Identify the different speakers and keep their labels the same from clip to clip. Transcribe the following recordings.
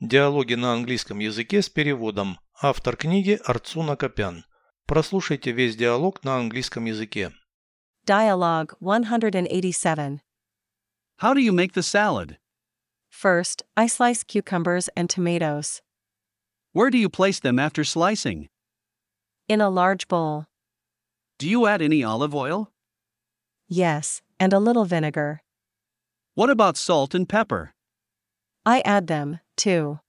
Speaker 1: Диалоги на английском языке с переводом. Автор книги Арцуна Копян. Прослушайте весь диалог на английском языке.
Speaker 2: Dialogue 187.
Speaker 3: How do you make the salad?
Speaker 2: First, I slice cucumbers and tomatoes.
Speaker 3: Where do you place them after slicing?
Speaker 2: In a large bowl.
Speaker 3: Do you add any olive oil?
Speaker 2: Yes, and a little vinegar.
Speaker 3: What about salt and pepper?
Speaker 2: I add them, too.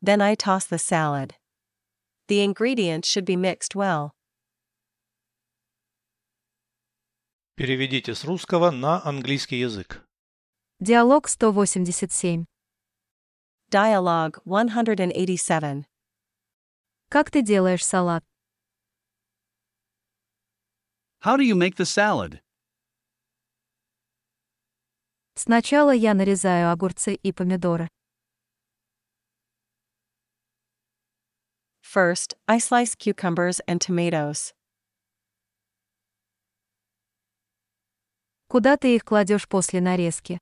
Speaker 2: Then I toss the salad. The ingredients should be mixed well.
Speaker 1: Переведите с русского на английский язык.
Speaker 4: Диалог 187.
Speaker 2: Dialogue 187.
Speaker 4: Как ты делаешь салат?
Speaker 3: How do you make the salad?
Speaker 4: Сначала я нарезаю огурцы и помидоры.
Speaker 2: First, I slice cucumbers and tomatoes.
Speaker 4: Куда ты их кладешь после нарезки?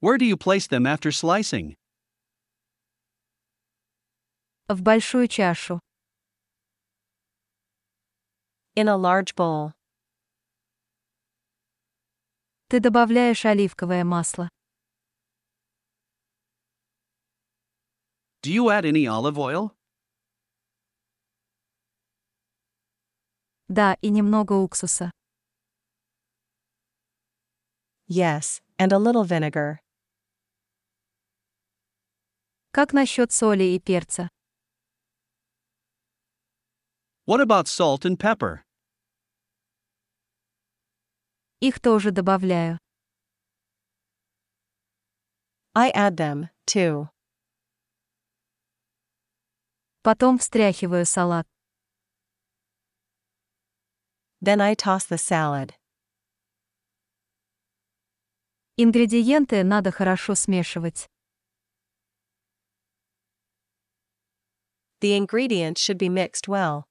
Speaker 3: Where do you place them after slicing?
Speaker 4: В большую чашу.
Speaker 2: In a large bowl.
Speaker 4: Ты добавляешь оливковое масло.
Speaker 3: Do you add any olive oil?
Speaker 4: Да, и немного уксуса.
Speaker 2: Yes, and a little vinegar.
Speaker 4: Как насчет соли и перца?
Speaker 3: What about salt and pepper?
Speaker 4: Их тоже добавляю.
Speaker 2: I add them, too.
Speaker 4: Потом встряхиваю салат.
Speaker 2: Then I toss the salad.
Speaker 4: Ингредиенты надо хорошо смешивать.
Speaker 2: The ingredients should be mixed well.